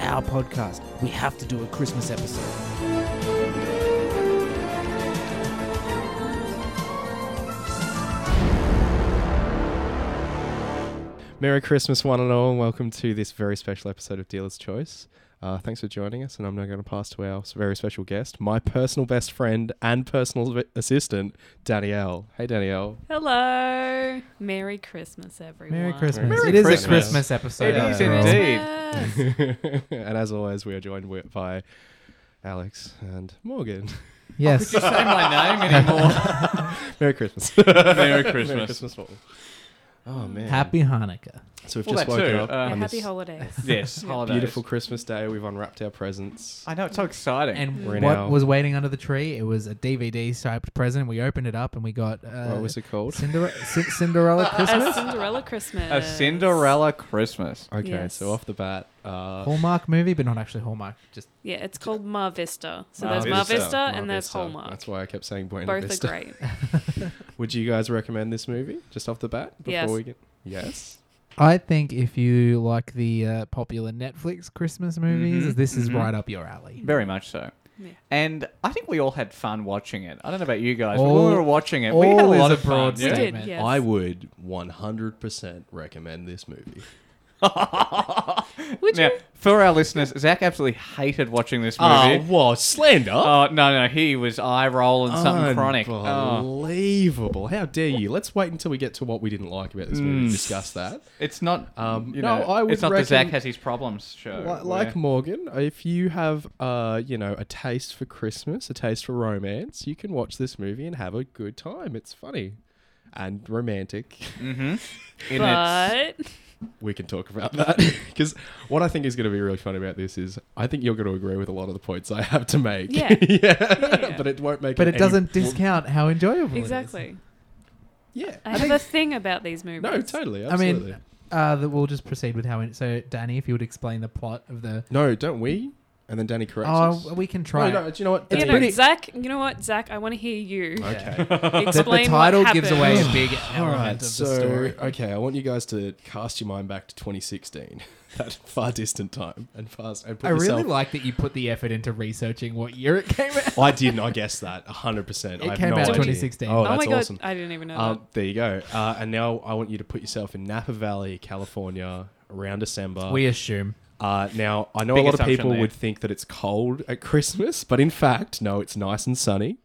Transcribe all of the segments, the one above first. our podcast. We have to do a Christmas episode. Merry Christmas, one and all, and welcome to this very special episode of Dealer's Choice. Uh, thanks for joining us, and I'm now going to pass to our s- very special guest, my personal best friend and personal v- assistant, Danielle. Hey, Danielle. Hello. Merry Christmas, everyone. Merry Christmas. Merry it is Christmas. a Christmas episode. It is after all. indeed. Christmas. and as always, we are joined wi- by Alex and Morgan. Yes. Say my name anymore. Merry Christmas. Merry Merry Christmas. Christmas, all. Oh, man. Happy Hanukkah. So we've Well, just that woken too, up uh, Yeah, on happy this holidays. Yes, holidays. beautiful Christmas day. We've unwrapped our presents. I know it's so exciting. And We're in what our- was waiting under the tree? It was a DVD typed present. We opened it up and we got uh, what was it called? Cinderella, Cin- Cinderella A Christmas Cinderella Christmas. a Cinderella Christmas. Okay, Yes. so off the bat, uh, Hallmark movie, but not actually Hallmark. Just Yeah, it's called Mar Vista. So Mar there's Mar Vista. Vista Mar and there's Vista. Hallmark. That's why I kept saying Buena Both Vista. are great. Would you guys recommend this movie just off the bat before Yes. we get? Yes. I think if you like the uh, popular Netflix Christmas movies, Mhm, this is mhm. right up your alley. Very much so. Yeah. And I think we all had fun watching it. I don't know about you guys, but All- when we were watching it, we had a all is lot a of fun. broad We yeah. did, Statement. yes. I would 100% recommend this movie. Would Now, you? for our listeners, Zach absolutely hated watching this Oh, movie. what? Slander? Oh, no, no, he was eye rolling something chronic. Oh. Unbelievable. How dare you? Let's wait until we get to what we didn't like about this movie and Mm. discuss that. It's not. Um, you no, know, I would It's not reckon- the Zach has his problems show. Like, where- like Morgan, if you have, uh, you know, a taste for Christmas, a taste for romance, you can watch this movie and have a good time. It's funny and romantic. Mm-hmm. in its- But we can talk about that because what I think is going to be really fun about this is I think you're going to agree with a lot of the points I have to make. Yeah. yeah. Yeah. But it won't make. But it any- doesn't discount how enjoyable it is. exactly. Yeah. I have a thing about these movies. no, totally. I Absolutely. mean, uh, that we'll just proceed with how. In- so, Danny, if you would explain the plot of the. no, don't we? And then Danny corrects us. Oh, we can try. No, no, it. do you know what? You It's Danny- know, pretty- Zach, you know what, Zach? I want to hear you Okay. The, the explain title what gives away a happened. big All element right. of So, the story. okay, I want you guys to cast your mind back to 2016, that far distant time, and fast. And put I really yourself- like that you put the effort into researching what year it came out. I didn't. I guess that 100. percent It I have came no out idea. 2016. Oh, Oh, that's my god, awesome. I didn't even know Um, there you go. Uh, and now I want you to put yourself in Napa Valley, California, around December. we assume. uh, now, I know a Big lot of assumption people there. would think that it's cold at Christmas, but in fact, no, it's nice and sunny.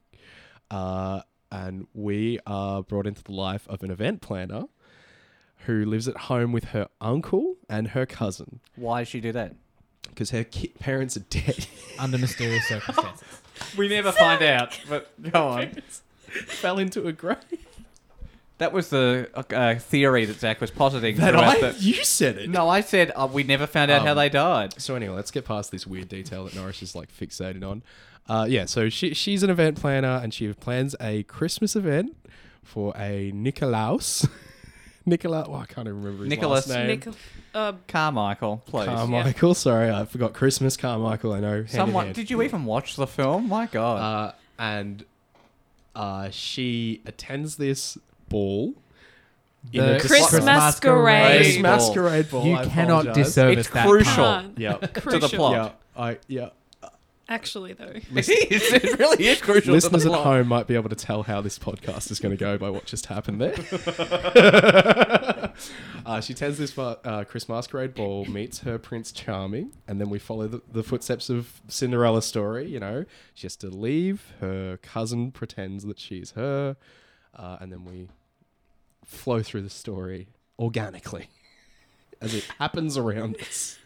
Uh, and we are brought into the life of an event planner who lives at home with her uncle and her cousin Why did she do that? because her ki- parents are dead. under mysterious circumstances. We never find out. But go on. Fell into a grave. That was the uh, theory that Zach was positing. That throughout I, the- you said it. no, I said uh, we never found out how Um, they died. So anyway, let's get past this weird detail that Norris is like fixated on. Uh, yeah, so she she's an event planner and she plans a Christmas event for a Nicolaus. Nicola, oh, I can't even remember his Nicholas. last name. Nichol- uh, Carmichael, please. Carmichael. Sorry, I forgot Christmas. Carmichael, I know. hand in Someone, hand. did you even watch the film? My God. Uh, and uh, she attends this ball. in The a dis- Christmas Christmas masquerade. masquerade ball. You I cannot apologize. disservice It's that crucial. part. Sean. Yeah. to the Uh, Crucial. plot. Yeah, I yeah. Actually, though. It is. It really is crucial. to the Listeners at plot. home might be able to tell how this podcast is going to go by what just happened there. uh, she attends this uh, Chris Masquerade ball, meets her Prince Charming, and then we follow the, the footsteps of Cinderella's story. You know, she has to leave. Her cousin pretends that she's her, uh, and then we flow through the story organically as it happens around us.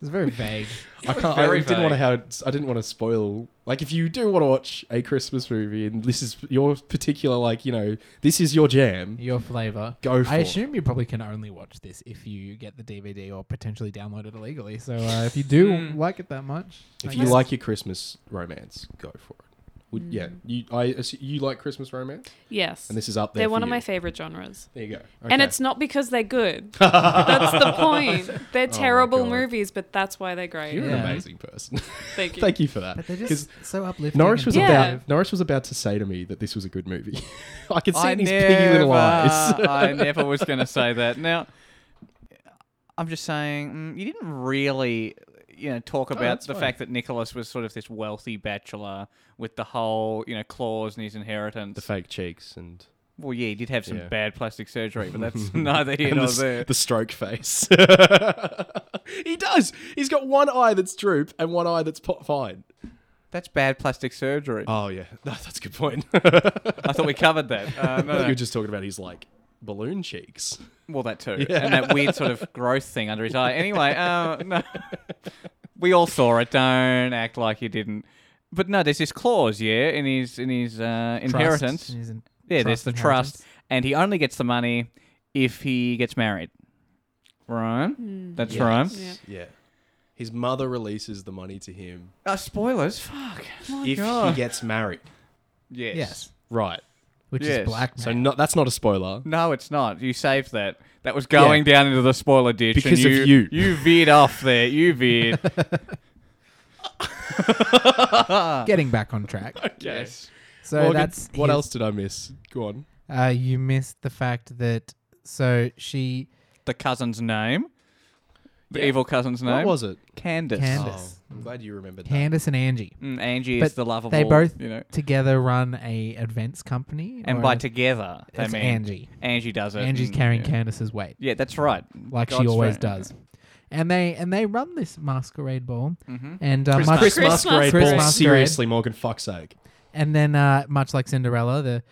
It's very vague. I can't. very I didn't want to vague. how I didn't want to spoil. Like, if you do want to watch a Christmas movie and this is your particular, like, you know, this is your jam. Your flavor. Go for I it. assume you probably can only watch this if you get the DVD or potentially download it illegally. So uh, if you do Mm. like it that much, I Hmm. If you guess- like your Christmas romance, go for it. Would, Yeah, Mm. you. I assu- you like Christmas romance, Yes. and this is up there. They're for one of you. my favorite genres. There you go. And Okay. it's not because they're good. that's the point. They're terrible God. movies, but that's why they're great. you're an Yeah. amazing person. Thank you. Thank you for that. But they're 'Cause just so uplifting. Norris and was Yeah. positive. about Norris was about to say to me that this was a good movie. I could see I it in his never, piggy little eyes. I never was going to say that. Now, I'm just saying, mm, you didn't really. you know talk about that's the fine. fact that Nicholas was sort of this wealthy bachelor with the whole you know clause in his inheritance. The fake cheeks and, well, yeah, he did have some Yeah. bad plastic surgery, but that's neither here and the, nor s- there. the stroke face. he does. He's got one eye that's droop and one eye that's po- fine. That's bad plastic surgery. Oh yeah, No, that's a good point. I thought we covered that. Uh, no, I no. thought you were just talking about his like balloon cheeks. Well, that too, and that weird sort of growth thing under his eye. Anyway, uh, no, we all saw it. Don't act like you didn't. But no, there's this clause, yeah, in his in his uh, inheritance. Trust is in- Yeah, trust there's the inheritance. trust, and he only gets the money if he gets married. Right? That's Yes. right. Yeah. Yeah. His mother releases the money to him Uh, spoilers. Fuck. My if God. he gets married. yes. Yes. Right. Which Yes. is blackmail. So not that's not a spoiler. No, it's not. You saved that. That was going down into the spoiler ditch and Because of you. You veered off there. You veered. Getting back on track. yes. So Morgan, that's what his- else did I miss? Go on. Uh, you missed the fact that so she The cousin's name. The Yeah. evil cousin's name. What was it? Candace? Candace. Oh, I'm glad you remembered that. Candace and Angie Mm, Angie is But the love of they all, both- you know. together run a events company. And or by a- together, they it's mean Angie. Angie does it. Angie's and- carrying yeah. Candace's weight. Yeah, that's right. like she God's always friend. does. And they and they run this masquerade ball, Mhm. and uh, Chris, much Chris Chris Masquerade Masquerade. Ball. Chris Seriously, Morgan, fuck's sake. and then uh, much like Cinderella, the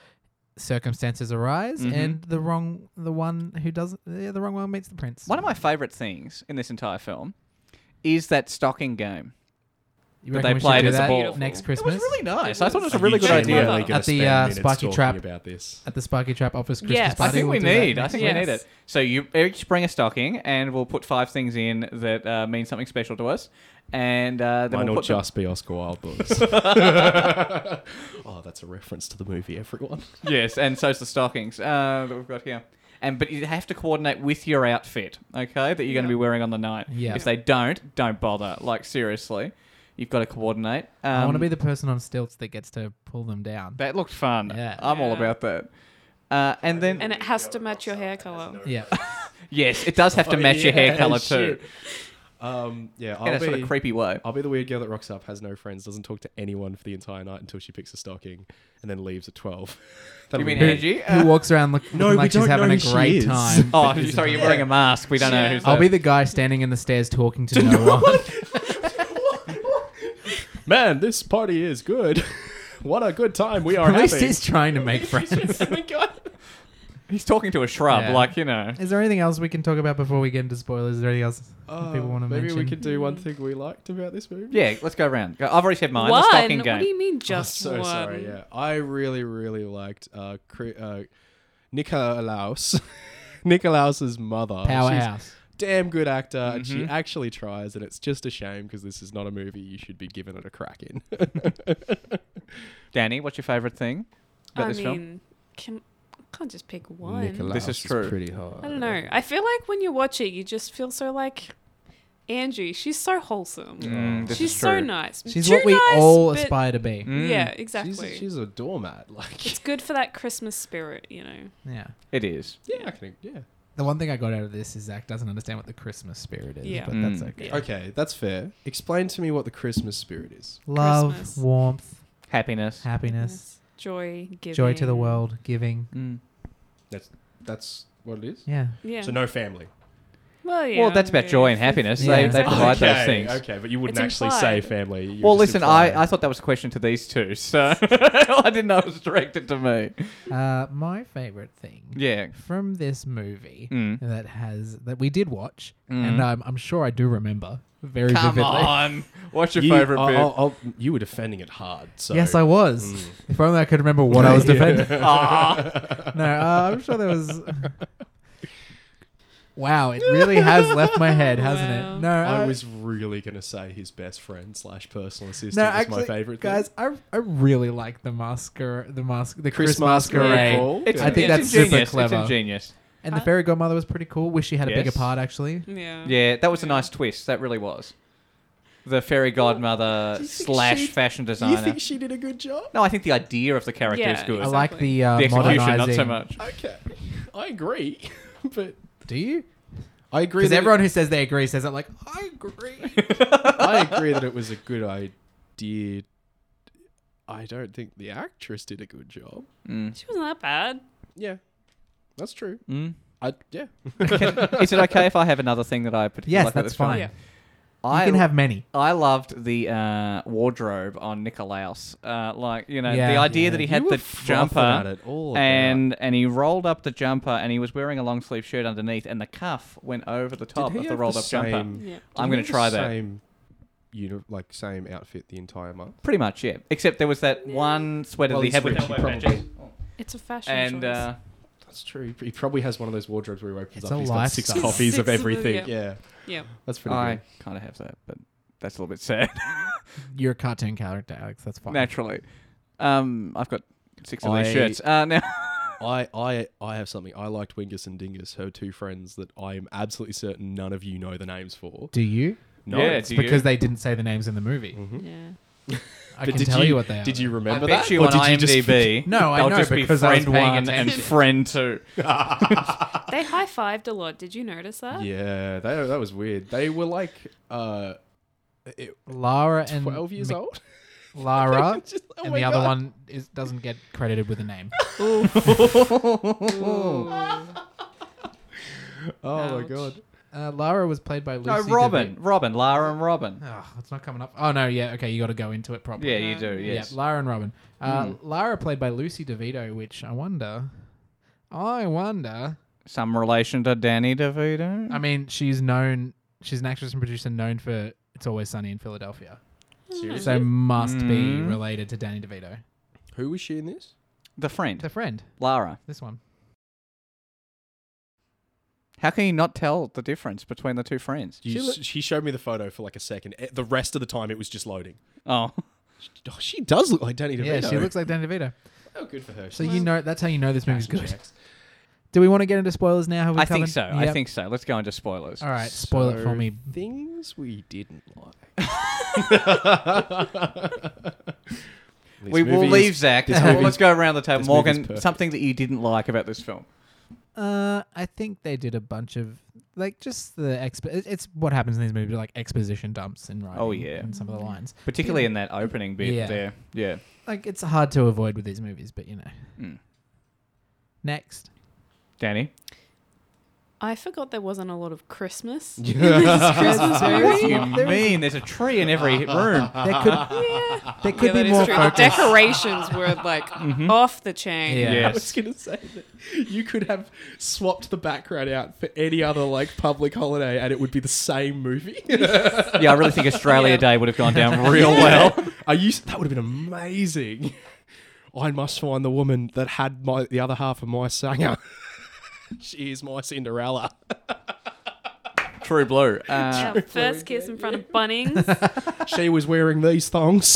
circumstances arise, Mhm. and the wrong the one who doesn't yeah, the wrong one meets the prince. One of my favourite things in this entire film is that stocking game. You that reckon they we should played do as a that ball. next It was Christmas really nice. I thought it was a I'm really good usually idea. really good At the, spend uh, minutes Spiky talking Trap. about this. at the Sparky Trap office Christmas Yes. party. I think we'll we do that need. I next think year. we need Yes. it. So you each bring a stocking, and we'll put five things in that uh, mean something special to us, and uh, then Mine we'll will put them- just be Oscar Wilde books. oh, that's a reference to the movie, everyone. yes, and so's the stockings uh, that we've got here. And but you have to coordinate with your outfit, okay, that you're going to be wearing on the night. Yeah. If they don't, don't bother. Like seriously, you've got to coordinate. Um, I want to be the person on stilts that gets to pull them down. That looked fun. Yeah. I'm all Yeah. about that. Uh, and then And it has to match your hair color. Yeah, yes, it does have to match your hair Oh, Yeah, color shit. too. Um, yeah, In I'll a sort be, of creepy way. I'll be the weird girl that rocks up, has no friends, doesn't talk to anyone for the entire night until she picks a stocking, and then leaves at 12. That'll You be mean me. Angie? who walks around look, No, looking we like she's don't having know a who she great is. time? but Oh, sorry, isn't. you're wearing a mask. We don't know Yeah. who's. I'll that. be the guy standing in the stairs talking to no one. Man, this party is good. what a good time we are At least having. he's trying to make friends. He's talking to a shrub, Yeah. like you know. Is there anything else we can talk about before we get into spoilers? Is there anything else Uh, Oh, people want to maybe mention? we could do one thing we liked about this movie. Yeah, let's go around. I've already said mine. one? The stocking What game. do you mean I'm just so one? sorry. Yeah, I really, really liked uh, Cri- uh Nicolaus. Nicolaus's mother. She's Powerhouse. a damn good actor, and Mm-hmm. she actually tries, and it's just a shame because this is not a movie you should be giving it a crack in. Danny, what's your favourite thing about I this film? mean, can, I can't just pick one. This is true. Pretty hard. I don't know. I feel like when you watch it, you just feel so like Angie. She's so wholesome. Mm, this she's is so true. nice. She's Too what we nice, all but- aspire to be. Mm, Yeah, She's, exactly. she's a doormat. Like, it's good for that Christmas spirit, you know. Yeah. it is. yeah, I can, yeah. The one thing I got out of this is Zach doesn't understand what the Christmas spirit is, Yeah. but Mm. that's okay. Yeah. Okay, that's fair. Explain to me what the Christmas spirit is. Love, Christmas. warmth, Happiness. happiness, Joy, giving. joy to the world, giving. Mm. That's that's what it is. Yeah. Yeah. So no family. well, yeah. Well, that's about joy and if- happiness. Yeah. They, they Exactly. provide okay, those things. Okay, but you wouldn't It's actually say implied. family. you Well, were just listen, I, implying. I thought that was a question to these two, so I didn't know it was directed to me. Uh, my favorite thing Yeah. from this movie Mm. that has that we did watch, Mm. and I'm, I'm sure I do remember very Come vividly. on. What's your You- favourite I'll- bit? I'll- I'll- you were defending it hard. So. Yes, I was. If only I could remember what I was defending. no, uh, I'm sure there was. Wow, it really has left my head, hasn't Wow. it? No, I uh, was really gonna say his best friend slash personal assistant No, was actually, my favorite. guys, thing. I, I really like the masquer, the mask, the Chris, Chris masquerade, Masquerade Ball. It's, I think it's that's super ingenious. clever. It's ingenious. and the fairy godmother was pretty cool. Wish she had a bigger Yes. part, actually. Yeah. Yeah, that was a nice twist. That really was. The fairy godmother Do you think slash she- fashion do you designer. think she did a good job? No, I think the idea of the character is Yeah, good. I like the, uh, The execution, modernizing. not so much. Okay, I agree, but Do you? I agree. Because that it- everyone who says they agree says it like, I agree. I agree that it was a good idea. I don't think the actress did a good job. She wasn't that bad. Yeah, that's true. Mm. I yeah. Is it okay if I have another thing that I particularly yes, like about that's this film? fine. Yeah. I You can have many. I loved the uh, wardrobe on Nikolaus. Uh, like you know, Yeah. the idea Yeah. that he had You were the frothing jumper at it all about. and and he rolled up the jumper and he was wearing a long sleeve shirt underneath and the cuff went over the top he of the have rolled the up jumper. same- Yeah. I'm going to try that. Same, uni- like same outfit the entire month. Pretty much, yeah. Except there was that one sweater Well, that he he's had with rich, he elbow patches. It's a fashion And choice. uh, That's true. He probably has one of those wardrobes where he opens It's up. a and He's got six lifestyle. copies Six of of everything. them, yeah. yeah. that's pretty I good. kind of have that, but that's a little bit sad. You're a cartoon character, Alex. That's fine. Naturally, um, I've got six of I- these shirts uh, now. I, I I have something. I liked Wingus and Dingus, her two friends that I am absolutely certain none of you know the names for. Do you? No, Yeah, it's- do you? Because they didn't say the names in the movie. yeah. I but can did tell you, you what they are. Did you I remember bet that? you or on did you just IMDb. No, I they'll know, just be because I was friend paying one and attention. friend two. They high fived a lot. Did you notice that? Yeah, that, that was weird. They were like uh, it- Lara and 12 years Mc- old. Lara, Just- oh and my the other God. one is, doesn't get credited with a name. Oh my Ouch. god. Uh, Lara was played by Lucy. No, Robin, Robin, Lara and Robin. DeVito. Oh, it's not coming up. Oh no, yeah, okay, you got to go into it properly. Yeah, you do. Yes. Hmm. Yeah, Lara and Robin. Uh, Lara played by Lucy DeVito, which I wonder. I wonder. Some relation to Danny DeVito. I mean, she's known. She's an actress and producer known for "It's Always Sunny in Philadelphia," Seriously? so must be Mm. related to Danny DeVito. Who was she in this? the friend, The friend, Lara. this one. How can you not tell the difference between the two friends? You, She she, loo- she showed me the photo for like a second. Eh, The rest of the time, it was just loading. Oh, Oh, she does look like Danny Yeah, DeVito. she looks like Danny DeVito. Oh, good for her. So you know that's how you know this movie's Fashion good. checks. Do we want to get into spoilers now? Have we I think covered- so. I Yep. think so. Let's go into spoilers. All right, spoil it for So, me. Things we didn't like. This we will movie leave is- Zach. this movie Let's is- go around the table. this movie's Morgan, perfect. something that you didn't like about this film. Uh, I think they did a bunch of like just the exp. it- It's what happens in these movies, like exposition dumps in writing. Oh, yeah. and some of the lines. Particularly in that opening bit Yeah. there. Yeah. Like it's hard to avoid with these movies, but you know. Mm. Next, Danny? I forgot there wasn't a lot of Christmas. you mean there's a tree in every room? there could there could Yeah, that be is more true. The focus. decorations were like Mm-hmm. off the chain. Yeah. I was going to say that you could have swapped the background out for any other like public holiday and it would be the same movie. yeah, I really think Australia Yeah. Day would have gone down real well. I used that would have been amazing. I must find the woman that had my the other half of my singer. she is my Cinderella. True blue. Uh, Our first kiss in front of Mm-hmm. Bunnings. She was wearing these thongs.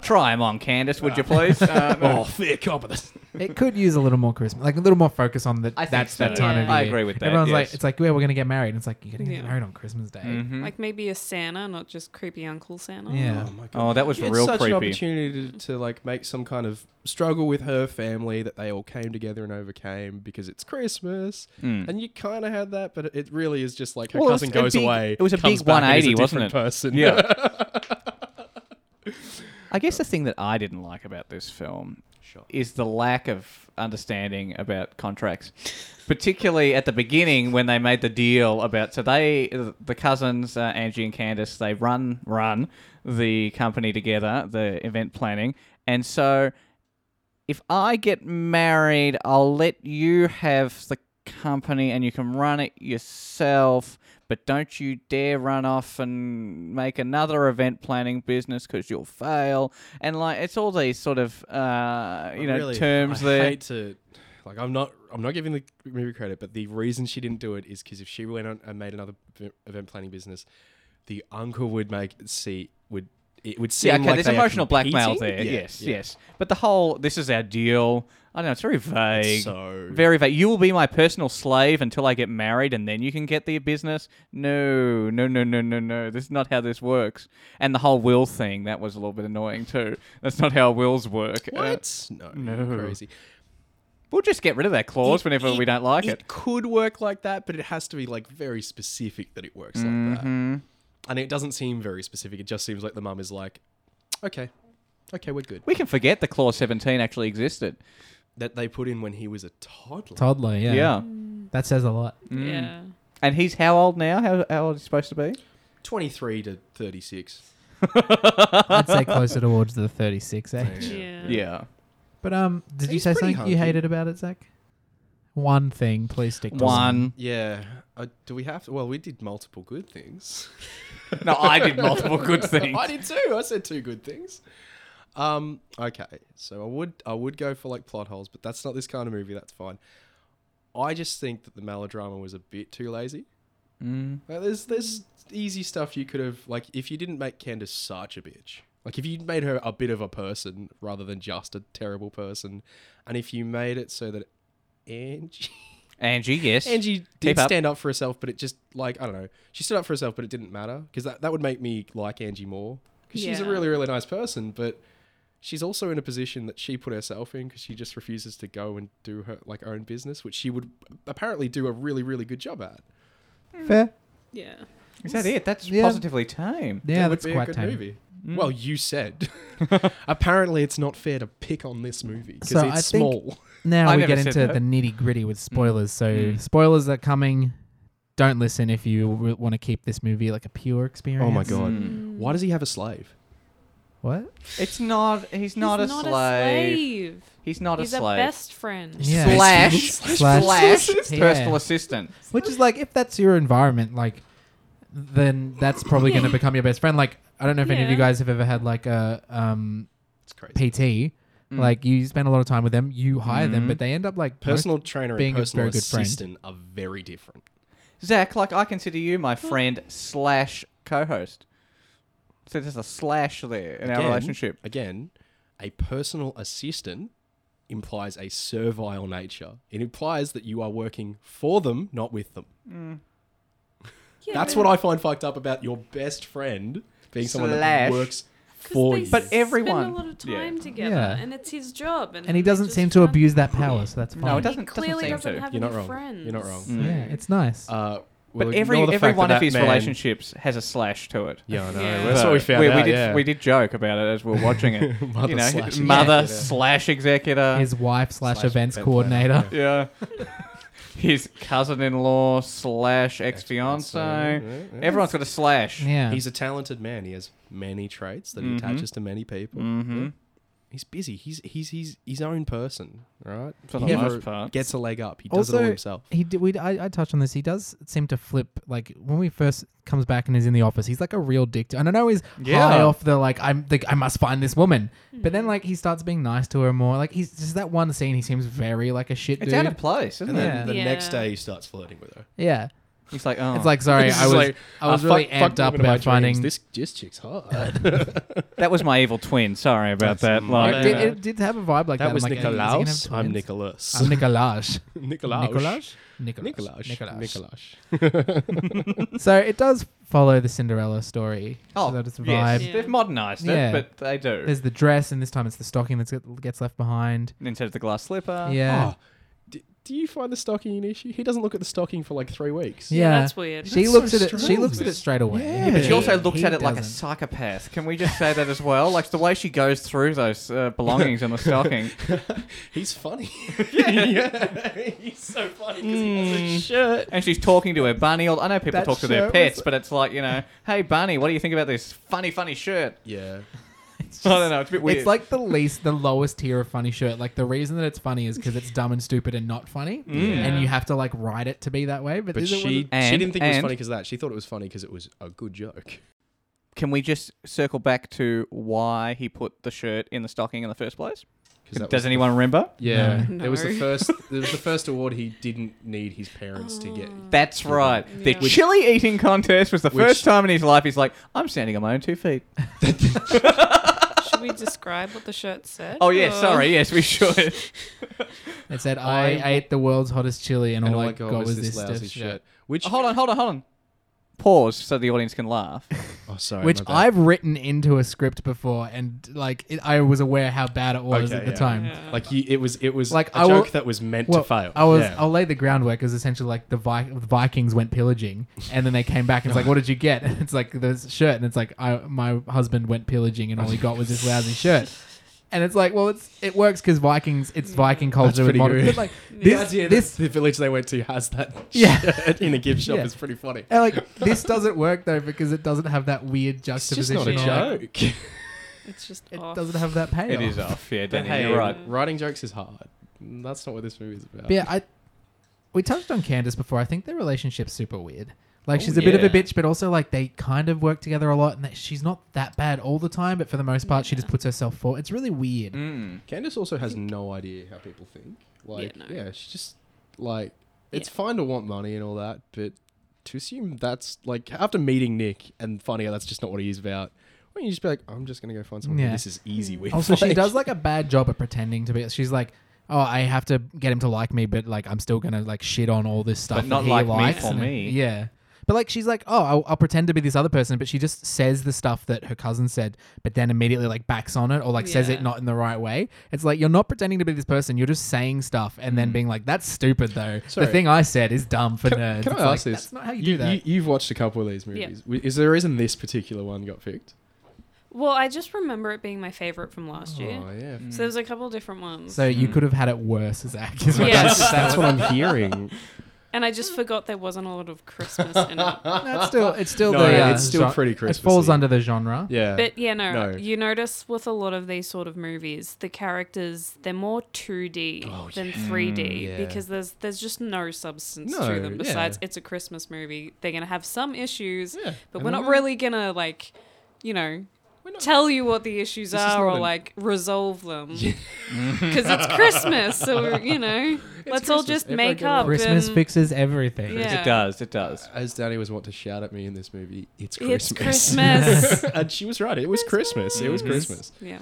Try him on, Candace, would you please? Uh, oh, fair cop of this. It could use a little more Christmas, like a little more focus on that. I think That's that so. time of Yeah. year. I agree with that, Everyone's yes. like, it's like, yeah, we're gonna get married. And it's like you're gonna get Yeah. Mm-hmm. married on Christmas Day. like maybe a Santa, not just creepy Uncle Santa. Yeah. my god. oh, that was it's real such an creepy. opportunity to, to like make some kind of struggle with her family that they all came together and overcame because it's Christmas, Mm. and you kind of had that, but it- it really is just like her Well, it was cousin a goes big- away. it was a comes big back and is 180, a wasn't different it? Person, Yeah. I guess the thing that I didn't like about this film Sure. is the lack of understanding about contracts, particularly at the beginning when they made the deal about. So they, the cousins uh, Angie and Candace, they run run the company together, the event planning, and so if I get married, I'll let you have the company and you can run it yourself, but don't you dare run off and make another event planning business because you'll fail. And like, it's all these sort of, uh, you know, Really, terms I there. Hate to, like, I'm not, I'm not giving the movie credit, but the reason she didn't do it is because if she went on and made another v- event planning business, the uncle would make see would it would seem yeah, okay, like there's they are emotional blackmail competing. there. Yeah, yes, yeah. yes. But the whole, this is our deal. I don't know, it's very vague. So Very vague. You will be my personal slave until I get married, and then you can get the business. No, no, no, no, no, no. This is not how this works. And the whole will thing that was a little bit annoying too. That's not how wills work. Uh, what? no, no. crazy. what We'll just get rid of that clause whenever we don't like it. It could work like that, but it has to be like very specific that it works like that. Mhm. And it doesn't seem very specific. It just seems like the mum is like, okay, okay, we're good. We can forget the clause 17 actually existed. That they put in when he was a toddler. Toddler, yeah. Yeah. Mm. Mm. That says a lot. Yeah. And he's how old now? How, how old is he supposed to be? 23 to 36. I'd say closer towards the 36 age. Yeah. Yeah. But um, did you He's say pretty something you hunky. hated about it, Zach? One thing, please stick to One. Yeah. Uh, do we have to? Well, we did multiple good things. No, I did multiple good things. I did too. I said two good things. Um. Okay. So I would I would go for like plot holes, but that's not this kind of movie. That's fine. I just think that the melodrama was a bit too lazy. Mm. Like, there's there's easy stuff you could have like if you didn't make Candace such a bitch. Like if you made her a bit of a person rather than just a terrible person, and if you made it so that Angie Angie, yes. Angie did up. stand up for herself, but it just like I don't know. She stood up for herself, but it didn't matter because that that would make me like Angie more because she's a Yeah. really really nice person, but she's also in a position that she put herself in because she just refuses to go and do her like own business, which she would apparently do a really really good job at. One. Fair. Yeah. Is that it? That's Yeah. positively tame. Yeah, That would that's be a quite good tame. movie. Mm. Well, you said. apparently, it's not fair to pick on this movie because So it's I think- small. Now I we never get said into that. the nitty gritty with spoilers. So Mm. spoilers are coming. Don't listen if you re- want to keep this movie like a pure experience. Oh my god! Mm. Why does he have a slave? What? It's not. He's not, He's a, slave. slave. He's not He's a a slave. best friend. Yeah. Slash, Slash. slash, Yeah. personal assistant. Which is like, if that's your environment, like, then that's probably going to become your best friend. Like, I don't know if any of you Yeah. guys have ever had like a um, It's crazy. PT. Mm. Like, you spend a lot of time with them, you hire them, Mhm. but they end up like most- Personal trainer being and a personal very good friend. assistant are very different. Zach, like I consider you my friend slash co-host. So there's a slash there in our Again- relationship. Again, a personal assistant implies a servile nature. It implies that you are working for them, not with them. Mm. That's what I find fucked up about your best friend being someone that Slash. works 'Cause for they you. But spend everyone- a lot of Yeah. time together, Yeah. and it's his job, and, and he doesn't just seem to can't- abuse that power, so that's fine. No, it He doesn't. clearly doesn't doesn't seem have You're not any wrong. friends. You're not wrong. to. Mm. Yeah, it's nice. uh, we'll But ignore every the every fact one that of his that man- relationships has a slash to it. Yeah, I know. Yeah. That's So what we found we, out. we did yeah. we did joke about it as we were watching it. Mother you know, slash mother executor. slash executor. His wife slash slash events event coordinator. planner, yeah. His cousin-in-law slash ex-fiance. Ex-fiance, yeah, yeah. Everyone's got a slash. Yeah. Mm-hmm. He's a talented man. He has many traits that he attaches to many people. Mhm. He's busy. He's he's he's his own person, right? For the He most never part. gets a leg up. He does it also, all himself. he did, we, I, I touched on this. He does seem to flip like when we first comes back and is in the office. He's like a real dick, to- and I know he's high Yeah. off the like I'm the, I must find this woman, but Mm-hmm. then like he starts being nice to her more. Like he's just that one scene. He seems very like a shit It's dude. out of place, isn't And it? Yeah. then the Yeah. next day he starts flirting with her. yeah, He's like, oh, it's like sorry, He's I was just like, I was "Ah, really fuck- fuck amped the up woman of my about dreams. finding. this. This chick's hot. that was my evil twin. Sorry about that. That's Like, uh, it, did, Yeah. it did have a vibe like that. that was I'm like, "Oh, is Nicolaus. he gonna have I'm twins?" Nicholas. I'm Nicolas. Nicolas. Nicolas? Nicolas. Nicolas. Nicolas. So it does follow the Cinderella story. Oh, so that it's a yes. vibe. Yeah. They've modernized Yeah. it, but they do. There's the dress, and this time it's the stocking that gets left behind. Instead of the glass slipper. Yeah. Oh, do, do you find the stocking an issue? He doesn't look at the stocking for like three weeks. Yeah. that's weird. She That's looks so at it. She strange. looks at it straight away. Yeah. But she He- also looks he at it like a doesn't. psychopath. Can we just say that as well? Like the way she goes through those uh, belongings on the stocking. He's funny. yeah. He's so funny because he Mm. has a shirt. And she's talking to her bunny. All- I know people That talk to their shirt pets, was- but it's like, you know, hey, bunny, what do you think about this funny, funny shirt? Yeah. I don't know. It's a bit weird. It's like the least, the lowest tier of funny shirt. Like the reason that it's funny is because it's dumb and stupid and not funny, Mm. and you have to like write it to be that way. But, But this Mm. is- she, she And- didn't think it was and- funny because of that. She thought it was funny because it was a good joke. Can we just circle back to why he put the shirt in the stocking in the first place? 'Cause that was Does the anyone remember? Yeah, No. it was the No. first. It was the first award he didn't need his parents to Oh. get. That's right. The Yeah. Which- chili eating contest was the Which- first time in his life he's like, I'm standing on my own two feet. Should we describe what the shirt said? Oh, yeah, or- sorry. Yes, we should. it said, "I, I- ate the world's hottest chili, and, And all all I I got got was this stiff lousy Oh, shirt. Which hold on, hold on, hold on. pause so the audience can laugh. Oh, sorry. which my bad. I've written into a script before, and like it, I was aware how bad it was Okay, at the yeah. time. Yeah. like you, it was it was Like, like a I will- joke that was meant Well, to fail. I was. Yeah. I'll lay the groundwork. Is essentially like the, Vi- the Vikings went pillaging, and then they came back and it's like, "What did you get?" And it's like this shirt, and it's like, "I my husband went pillaging, and all he got was this lousy shirt." And it's like, well, it's it works because Vikings, it's Viking culture with pretty modern. good. But like the this, idea this that the village they went to has that Yeah. shirt in a gift shop Yeah. is pretty funny. and, like this doesn't work though because it doesn't have that weird It's just juxtaposition. not a or, like, joke. It's just It off. doesn't have that payoff. It is off. Yeah, But Danny, hey, you're right. writing jokes is hard. That's not what this movie is about. But yeah, I we touched on Candace before. I think their relationship's super weird. Like Oh, she's a bit of a yeah. bitch, but also like they kind of work together a lot, and that she's not that bad all the time. But for the most part, she just puts herself forward. It's really weird. Mm. Candace also has no idea how people think. Like, yeah, Hmm. no. she just like it's Yeah. fine to want money and all that, but to assume that's like after meeting Nick and finding out that's just not what he is about, why don't you just be like, I'm just gonna go find someone Yeah. who this is easy with. Also, she does like a bad job at pretending to be. She's like, oh, I have to get him to like me, but like I'm still gonna like shit on all this stuff. But not that he like me likes for and- me. Yeah. But like she's like, oh, I'll, I'll pretend to be this other person, but she just says the stuff that her cousin said, but then immediately like backs on it or like says it Yeah. not in the right way. It's like you're not pretending to be this person; you're just saying stuff and then being like, "That's stupid, though." Sorry. The thing I said is dumb for nerds. Can I It's ask like, this? That's not how you, do that. You, have watched a couple of these movies. W Is there a reason this particular one got picked? Well, I just remember it being my favorite from last year. Oh yeah. So there's a couple different ones. so you could have had it worse, Zach. Is what Yeah. that's, That's, that's what I'm hearing. and I just forgot there wasn't a lot of Christmas in it. that's still it's still No, the, uh, it's still gen- pretty It falls Christmassy. under the genre. Yeah. But yeah, no, No. You notice with a lot of these sort of movies, the characters they're more two D Oh, than yeah. three D yeah. because there's there's just no substance No, to them. Besides, yeah. it's a Christmas movie. They're gonna have some issues, Yeah, but and we're they're not really gonna like, you know. We're not- Tell you what the issues This is are, not or an- like resolve them, because it's Christmas. So you know, let's all Christmas, just everyone make get along. up. Christmas and fixes everything. Yeah. It does. It does. As Danny was wont to shout at me in this movie, it's Christmas. It's Christmas. and she was right. It was Christmas. It was Christmas. yeah.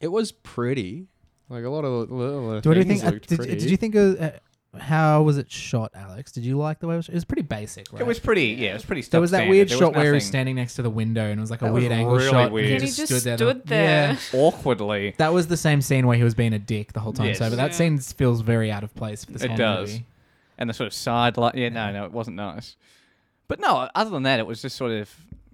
It was pretty. Like a lot of little Do you things think? uh, looked did, pretty. did you think? Of, uh, how was it shot, Alex? Did you like the way it was? It was pretty basic, right? It was pretty. Yeah, it was pretty. There was that substandard. weird There was shot where he was nothing standing next to the window and it was like a That was weird angle really shot. and weird. He And just he stood just there. stood there. Yeah. awkwardly. That was the same scene where he was being a dick the whole time. Yes. So, but that Yeah. scene feels very out of place for this It whole does. movie. and the sort of side light. Yeah, no, no, it wasn't nice. But no, other than that, it was just sort of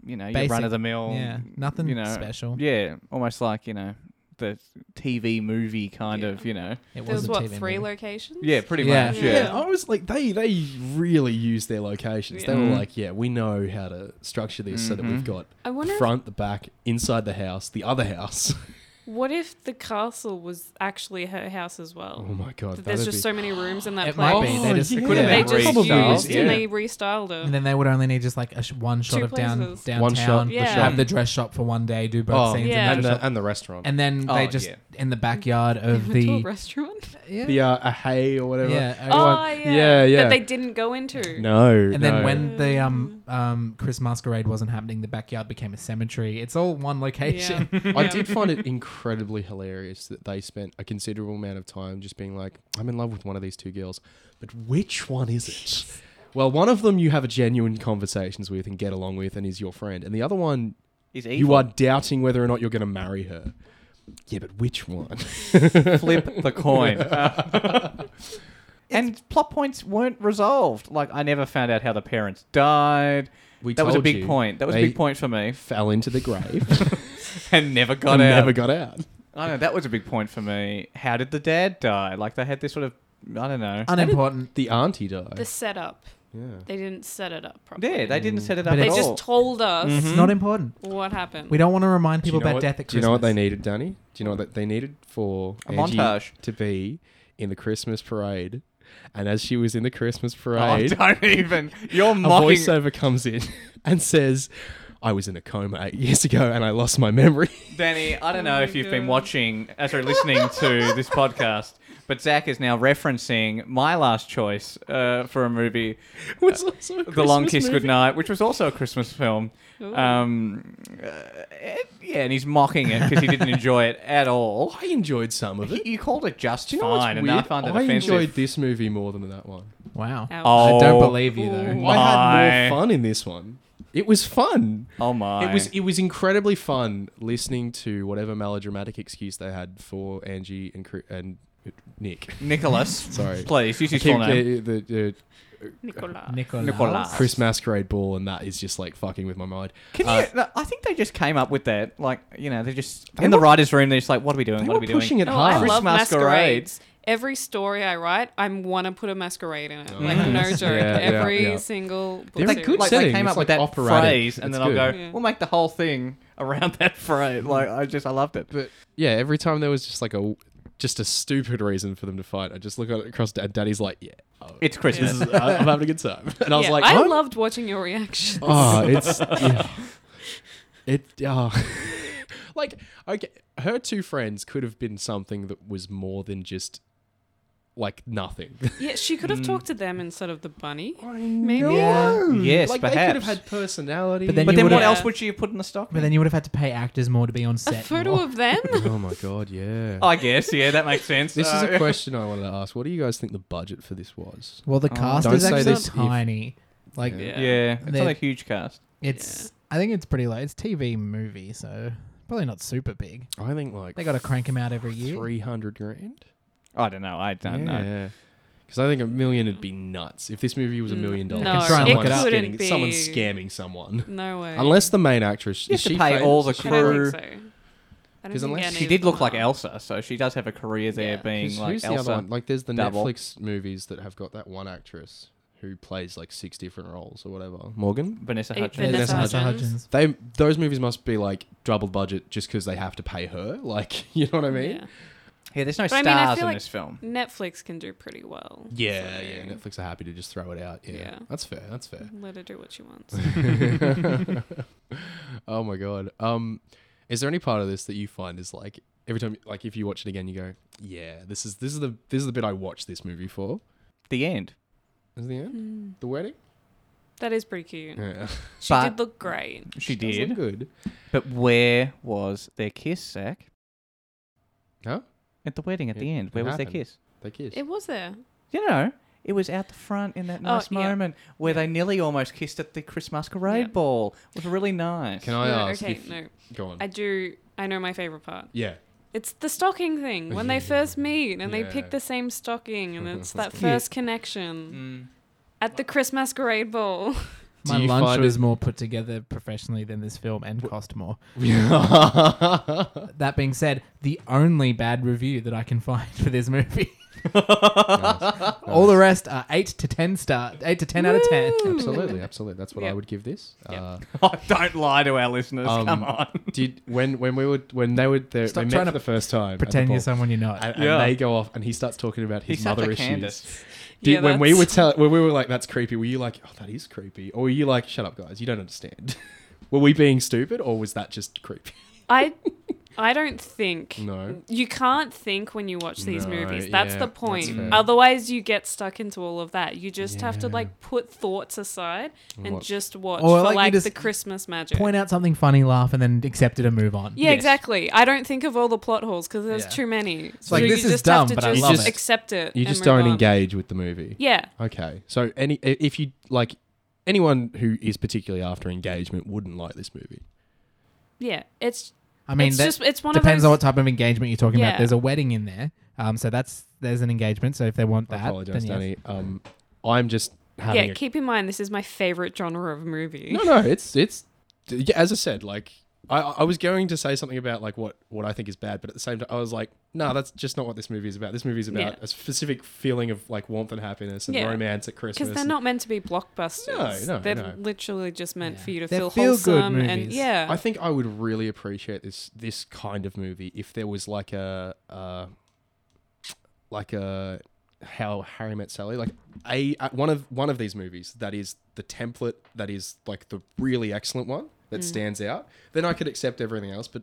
you know your Basic. run of the mill. Yeah, nothing you know, special. Yeah, almost like you know the TV movie kind Yeah. of you know. It There was was what three locations? Yeah, pretty Yeah. much. Yeah. Yeah. Yeah, I was like, they they really used their locations. They were Yeah. like, yeah, we know how to structure this so that we've Mhm. got I wonder if- front, the back, inside the house, the other house. What if the castle was actually her house as well? oh my god, That There's that'd just be- so many rooms in that It place. might be. They Oh, just yeah. couldn't They have just Probably. used Yeah. and they restyled it. And then they would only need just like a sh- one shot Two of down, places. downtown, One shot, the Yeah. shop. have the dress shop for one day, do both oh, scenes, Yeah. in and, Mm. the dress the, shop. and the restaurant. and then they Oh, just yeah. in the backyard of Went to a the restaurant. yeah. the uh, a hay or whatever. Yeah, I Oh, Oh want- yeah. yeah, yeah. That they didn't go into. no, And then no. when the um um Chris Masquerade wasn't happening, the backyard became a cemetery. It's all one location. Yeah. I did find it incredibly hilarious that they spent a considerable amount of time just being like, I'm in love with one of these two girls, but which one is it? Well, one of them you have a genuine conversations with and get along with and is your friend, and the other one He's you evil. are doubting whether or not you're going to marry her. Yeah, but which one? flip the coin. and plot points weren't resolved. Like I never found out how the parents died. We that was a told big you. point. That was They- a big point for me, Fell into the grave and never got and out. never got out. I know that was a big point for me. How did the dad die? Like they had this sort of I don't know. Unimportant. The auntie died. The setup. yeah. They didn't set it up properly. Yeah, they didn't set it But up it- They at They just all. told us It's not important. what happened. We don't want to remind people Mm-hmm. Do you know about what- death at Christmas. Do you know what they needed, Danny? Do you know what that they needed for A Angie montage. to be in the Christmas parade? And as she was in the Christmas Oh, parade, don't even. You're a mocking. voiceover comes in and says, "I was in a coma eight years ago and I lost my memory." Danny, I don't Oh know my if you've been God. watching, uh, sorry, listening to this podcast, but Zach is now referencing my last choice uh, for a movie, Was also a Uh, The Long Christmas Kiss movie. Goodnight, which was also a Christmas film. Ooh. Um, uh, it- yeah, and he's mocking it because he didn't enjoy it at all. I enjoyed some of He- it. You called it just Do you know what's fine, and I weird? found it I offensive. enjoyed this movie more than that one. Wow. Ouch. Oh. I don't believe you though. Ooh. I had My. more fun in this one. It was fun. Oh my! It was it was incredibly fun listening to whatever melodramatic excuse they had for Angie and Cri- and Nick. Nicholas. Sorry. please use I his full keep- name. the- the- Nicola. Nicolas. Nicolas. the Chris Masquerade Ball and that is just like fucking with my mind. Can Uh, you? No, I think they just came up with that. Like you know, they're just They in the were- writers' room. They're just like, what are we doing? They what were are we pushing doing? it No, hard. Oh, I Chris love Masquerades. masquerades. Every story I write, I want to put a masquerade in it. Like Mhm. no joke. Yeah, yeah, Every yeah. single book They're a series. good like setting. they came It's up with like that operatic. phrase, and It's then I'll go, good. Yeah. we'll make the whole thing around that phrase. Like I just, I loved it. But yeah, every time there was just like a just a stupid reason for them to fight, I just look at it across and Daddy's like, yeah, oh, It's this Christmas. is, I- I'm having a good time, and I was Yeah, like, I "What?" loved watching your reaction. Oh, it's yeah. it. Oh. like okay, her two friends could have been something that was more than just like nothing. Yeah, she could have Mm. talked to them instead of the bunny. Maybe know. Yes, like they could perhaps. have had personality. But then but You then would've- what else would she have put in the stock? But then you would have had to pay actors more to be on A set. photo more. of them? oh my god, yeah. I guess, yeah, that makes sense. this is Uh, a question I wanted to ask. What do you guys think the budget for this was? well, the Oh. cast Don't is say actually this if- tiny. Like Yeah. Yeah, it's not They're- a huge cast. it's, I think it's pretty low. It's TV movie, so probably not super big. I think like They got to crank them out every year. three hundred grand. I don't know. I don't know. Because I think a million would be nuts. If this movie was a million dollars, Mm. No, Try and someone's look it up. couldn't getting- someone's be. scamming someone. No way. Unless the main actress, You is have to she pay famous? all the Is she I don't crew. famous? think so. I don't Because think unless- any She of did them look like are. Elsa, so she does have a career there Yeah. being Who's- like who's the Elsa. other one? Like, there's the Double. Netflix movies that have got that one actress who plays like six different roles or whatever. Morgan. Vanessa Eight Hutchins. There's Vanessa Hudgens. They those movies must be like double budget just because they have to pay her. Like, you know what I mean? Yeah. Yeah, there's no But I stars mean, I in feel like- this film. Netflix can do pretty well. Yeah, yeah. so Netflix are happy to just throw it out. Yeah, Yeah. that's fair. That's fair. Let her do what she wants. oh my god. Um, is there any part of this that you find is like every time, like if you watch it again, you go, yeah, this is this is the this is the bit I watched this movie for. The end. Is the end the wedding? Mm. that is pretty cute. Yeah, She But- did look great. She Does look did. good. But where was their kiss, Zach? Huh? At the wedding at It- the end. it Where was happened. their kiss? They kissed. It was there. You know, it was out the front in that Oh, nice yeah. moment where they nearly almost kissed at the Chris Masquerade Yeah. ball. It was really nice. Can I No, ask? okay, if- no. Go on. I do. I know my favorite part. yeah. It's the stocking thing when Yeah. they first meet and Yeah. Mm. they pick the same stocking and it's that Cute. first connection at the Chris Masquerade Ball. My Do you lunch find was it- more put together professionally than this film and cost more. That being said, the only bad review that I can find for this movie. All the rest are eight to ten star, eight to ten out of ten. absolutely, absolutely. That's what I Yep. would give this. Yep. Uh, Oh, don't lie to our listeners. Um, Come on. did when when we were when they were there, Stop they met trying for to the first time. at the Pretend ball, you're someone you're not. And, and Yeah. they go off, and he starts talking about his He's such mother a issues. Candace. Did, Yeah, when we that's- were tell, when we were like, "That's creepy," were you like, "Oh, that is creepy," or were you like, "Shut up, guys, you don't understand"? were we being stupid, or was that just creepy? I, I don't think. No. You can't think when you watch these No, movies. That's yeah, the that's point. fair. Otherwise, you get stuck into all of that. You just have to Yeah. like put thoughts aside and Watch. just watch Or, for Oh, like, like, you just the Christmas magic. Point out something funny, laugh, and then accept it and move on. yeah, Yes. exactly. I don't think of all the plot holes because there's Yeah. too many. like, you this is just dumb, have to but I just love it. accept it. You and just move don't on. engage with the movie. Yeah. Okay, so any i- if you like anyone who is particularly after engagement wouldn't like this movie. Yeah. It's I mean, it's that just it's one depends on of what those. type of engagement you're talking about. Yeah. There's a wedding in there, um, so that's there's an engagement. So if they want that, I apologize, then yes. Danny. Um, I'm just having yeah, a keep in mind this is my favorite genre of movie. No, no, it's it's yeah, as I said, like I, I was going to say something about like what what I think is bad, but at the same time I was like, no, that's just not what this movie is about. This movie is about Yeah. a specific feeling of like warmth and happiness and Yeah. romance at Christmas. Because they're not meant to be blockbusters. No, no, they're no. literally just meant for Yeah. you to They're feel feel-good wholesome and movies. yeah. I think I would really appreciate this this kind of movie if there was like a uh, like a how Harry Met Sally like a uh, one of one of these movies that is the template that is like the really excellent one that Mm. stands out. Then I could accept everything else, but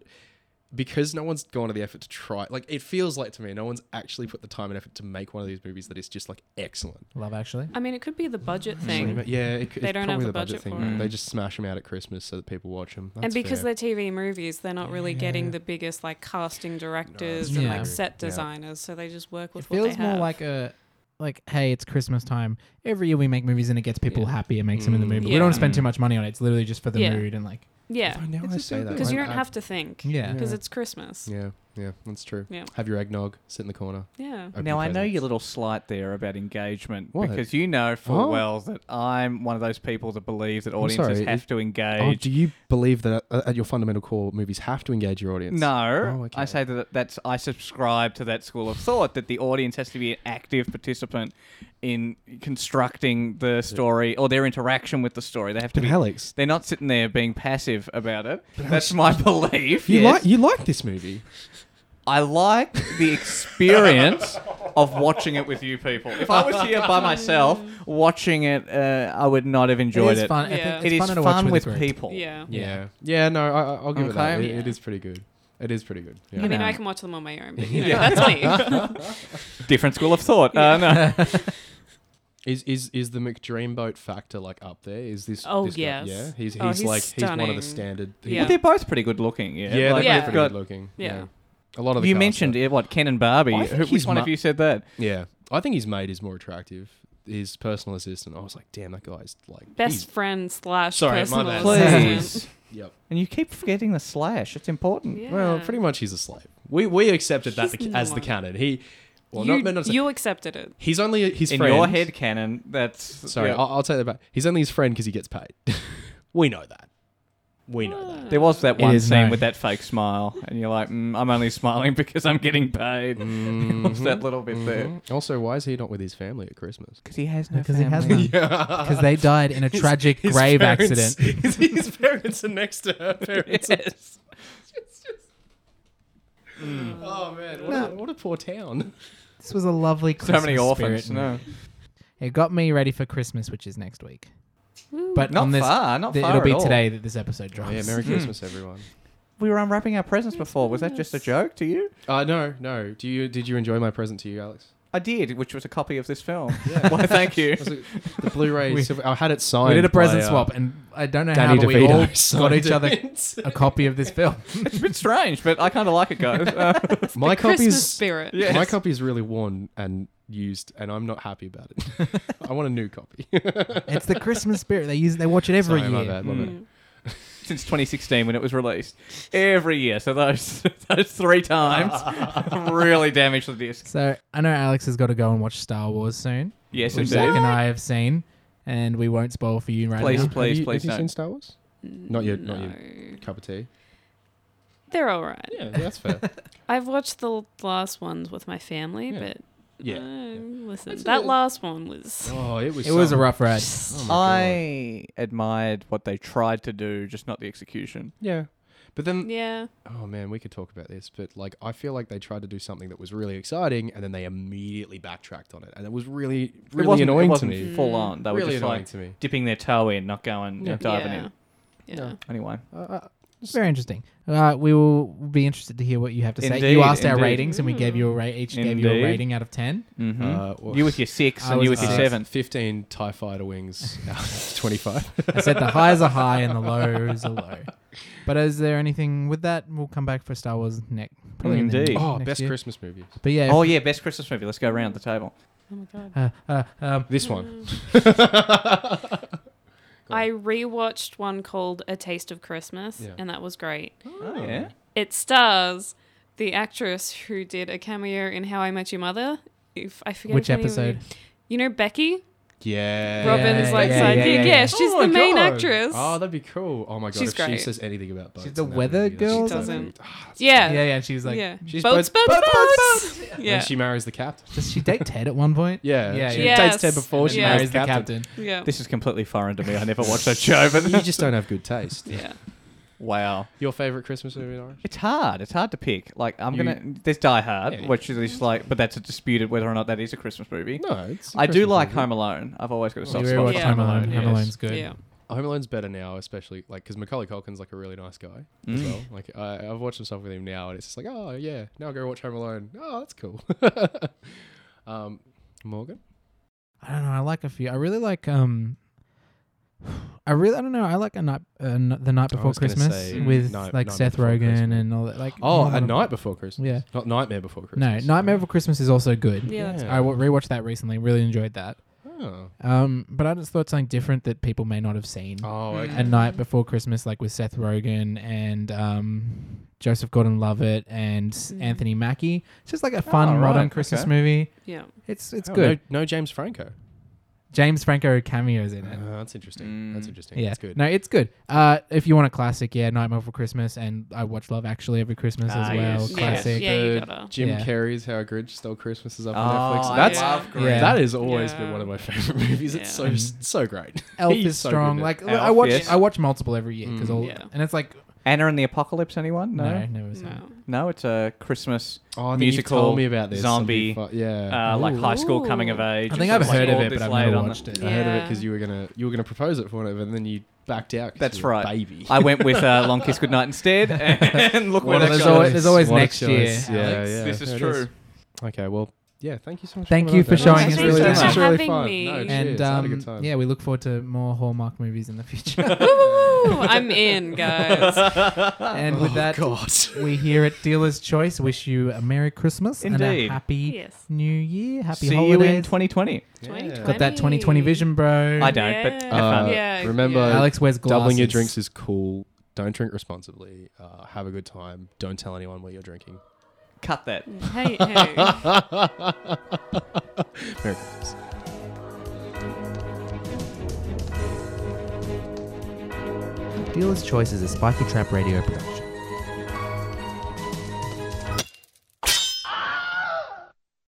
because no one's gone to the effort to try like it feels like to me no one's actually put the time and effort to make one of these movies that is just like excellent Love Actually. I mean, it could be the budget thing. but yeah it, could- Mm. They it's don't have probably the the budget, budget thing for right? it. they just smash them out at christmas so that people watch them and because they're TV movies, they're not really getting the biggest like casting directors that's and true. like set Yeah. designers, so they just work with It what feels they more have. like a like, hey, it's Christmas time. Every year we make movies and it gets people happy. It makes them Mm, in the mood. But we Yeah. don't spend too much money on it. It's literally just for the Yeah. mood and like, Yeah. now It's I just say so that. good. Because you I- don't I- have to think. yeah. Because it's Christmas. Yeah. Yeah, yeah, that's true. Yeah. Have your eggnog, sit in the corner. open Now I know presents. your little slight there about engagement What? because you know full Oh. well that I'm one of those people that believes that sorry, audiences it- have to Oh, engage. do you believe that uh, at your fundamental core, movies have to engage your audience? no, Oh, okay. I say that that's I subscribe to that school of thought that the audience has to be an active participant in constructing the story or their interaction with the story. They have to But be. Alex, They're not sitting there being passive about it. That's my belief. you yes. like you like this movie. I like the experience of watching it with you people. If I was here by myself watching it, uh, I would not have enjoyed it. It is fun. I think Yeah. it's It is fun, to watch fun with with friends. Oh, people. Yeah. Yeah, yeah. No, I, I- I'll give it that. Okay. It- it Yeah. is pretty good. It is pretty good. You I Yeah. mean, know. I can watch them on my own, but you know, that's me. Different school of thought. Uh, no. Is is is the McDreamboat factor like up there? Is this? Oh, this guy- yes. Yeah, he's he's Oh, he's like he's one of stunning. the standard. But Yeah. they're both pretty good looking. Yeah. yeah, Like, they're Yeah. both pretty got- good looking. Yeah. a lot of the You cast mentioned are- yeah, what Ken and Barbie. I think Who- his Which one mu- of you said that? Yeah, I think his mate is more attractive. His personal assistant. I was like, damn, that guy's like Best he's- friend slash Sorry, my personal bad. assistant. Please. Yep. and you keep forgetting the slash. It's important. Yeah. Well, pretty much he's a slave. We we accepted that He's the, as the not. canon. He, well, you, not, not you accepted it. He's only his In friend. your head canon, that's Sorry, yeah. I'll, I'll take that back. He's only his friend because he gets paid. we know that. We know that. There was that It one is scene known. with that fake smile, and you're like, mm, I'm only smiling because I'm getting paid. Mm-hmm. Ah. It was that little bit there. Also, why is he not with his family at Christmas? Because he has no Because he has family. none. Because they died in a tragic grave accident. his, his parents are next to her parents. Yes. Oh man, what, a, what a poor town. This was a lovely So Christmas many orphans. spirit. No. It got me ready for Christmas, which is next week. But Not on this, far, not th- far it'll at be all. today that this episode drops. yeah, Merry Christmas, everyone. We were unwrapping our presents before. Was that just a joke to you? Uh, no, no. Do you did you enjoy my present to you, Alex? I did, which was a copy of this film. Why, thank you. Was it the Blu-ray? We- silver- I had it signed. we did a present by, uh, swap, and I don't know Danny how, but we DeVito all got signed each other it. a copy of this film. It's a bit strange, but I kind of like it, guys. Uh, my copy Christmas is spirit. Yeah. my Yes. copy is really worn and used, and I'm not happy about it. I want a new copy. it's the Christmas spirit. They use. They watch it every year. Sorry, Hmm. my bad, my Mm. bad. since 2016 when it was released. Every year. So those, those three times really damaged the disc. So I know Alex has got to go and watch Star Wars soon, Yes, which it Zach did. and I have seen, and we won't spoil for you right Please, now. please, have you, have please you don't. seen Star Wars? Not yet. Not yet. No. Cup of tea. They're all right. Yeah, that's fair. I've watched the last ones with my family, Yeah. but Yeah. um, listen, That's a that bit- last one was. oh, it was. It was a some- rough ride. Oh my God. I admired what they tried to do, just not the execution. Yeah, but then Yeah, oh man, we could talk about this, but like I feel like they tried to do something that was really exciting, and then they immediately backtracked on it, and it was really it really wasn't, it annoying to wasn't me. Full on. They were Really just annoying like to me. dipping their toe in, not going Yeah. yeah. diving yeah, in. yeah. No. Anyway, Uh, uh, It's very interesting. Uh, we will be interested to hear what you have to say. Indeed, you asked our indeed. ratings, and we gave you a ra- each gave you a Indeed. rating out of ten. hmm Uh, well- uh, you with your six I and you was with your asked- seven. Fifteen Tie Fighter wings out of twenty-five. I said the highs are high and the lows are low. But is there anything with that? We'll come back for Star Wars next. Probably in the Indeed. next- oh, next best year. Christmas movies. But yeah. Oh yeah, best Christmas movie. Let's go around the table. Oh my god. Uh, uh, um, This one. I rewatched one called A Taste of Christmas, Yeah. and that was great. Oh, yeah. It stars the actress who did a cameo in How I Met Your Mother. If I forget Which her name. episode? You know Becky, Yeah. Robin's yeah, like yeah, sidekick. yeah, Yeah, yeah, yeah. she's Oh the my main God. actress. Oh, that'd be cool. Oh my god, She's if great. she says anything about boats, She's the in that weather movie, that's girl? so Doesn't- good. Ah, that's- yeah, yeah, yeah. And she's like, yeah. she's boats, both- boats, boats, boats, Yeah, And she marries the captain. does she date Ted at one point? Yeah, yeah. she yeah. Yes. dates Ted before she She Yeah. marries marries the captain. yeah, This is completely foreign to me. I never watched that show. But you just don't have good taste. yeah. wow, Your favorite Christmas movie, Norris? it's hard. It's hard to pick. Like I'm You- gonna. There's Die Hard, Yeah. which is just like, but that's a disputed whether or not that is a Christmas movie. No, it's. a I do Christmas like movie. Oh, Home Alone. I've always got a We soft spot. rewatched for Yeah. Home Alone. Home yes. Alone's good. Yeah. Home Alone's better now, especially like because Macaulay Culkin's like a really nice guy Mm. as well. Like I, I've watched some stuff with him now, and it's just like, oh yeah, now go watch Home Alone. Oh, that's cool. um, Morgan. I don't know. I like a few. I really like um, I really, I don't know. I like a night, uh, n- the night before was gonna Christmas say with Night- like Night Seth Before Rogen Christmas. and all that. Like, Oh, not a on- night before Christmas. Mm. Yeah. Not Nightmare Before No, Christmas. Nightmare Before Christmas is also good. Yeah, that's I w- rewatched that recently. Really enjoyed that. Oh. Um, but I just thought something different that people may not have seen. Oh, okay. A Night Before Christmas, like with Seth Rogen and um, Joseph Gordon-Levitt and Anthony Mackie. It's just like a fun Oh, right, modern Christmas okay. movie. Yeah. It's it's Oh, good. No, no James Franco. James Franco cameos in it. Uh, that's interesting. That's interesting. yeah, That's good. no, it's good. Uh, if you want a classic, yeah, Nightmare Before Christmas, and I watch Love Actually every Christmas as Ah, well. yes, yes. Classic. Yeah, you The gotta. Jim Yeah. Carrey's How a Grinch Stole Christmas is up on Oh, Netflix. I That's love Yeah. Grinch. that has always Yeah. been one of my favorite movies. It's so Yeah. so great. Elf He's is so strong. good at- like I Elf, watch, yes. I watch multiple every year because all, Yeah. and it's like Anna and the Apocalypse. Anyone? no, No. never seen. it. No. No, it's a Christmas oh, I think you've musical told me about this. zombie, Something fu- Yeah, uh, like high school Ooh. coming of age. Oh. I think I've It's like heard of all it, but I've displayed never on the- watched it. I heard of it Yeah. because you were gonna you were gonna propose it for one of, it, and then you backed out. 'cause That's you were a right. baby. I went with uh, Long Kiss Goodnight instead, and look Well, what there's I got. always- there's always What a next choice. year, Yeah, Alex. yeah, this is there it true. Okay, well, yeah. Thank you so much. Thank coming you on, for Dan. showing This us was really through this that. was really Thanks for fun. No, having me. cheers. And I had a um, good time. yeah, we look forward to more Hallmark movies in the future. Woo, woo, woo. I'm in, guys. and Oh, with that, we here at Dealer's Choice wish you a Merry Christmas and a Indeed. Happy Yes. New Year. Happy See holidays. you in 2020. Got that 2020 vision, bro. I don't, but have Yeah. fun. Uh, remember- Alex wears glasses. Doubling your drinks is cool. Don't drink responsibly. Uh, have a good time. Don't tell anyone what you're drinking. Cut that. Hey, hey. Merry Christmas. Dealer's Choice is a Spiky Trap Radio production.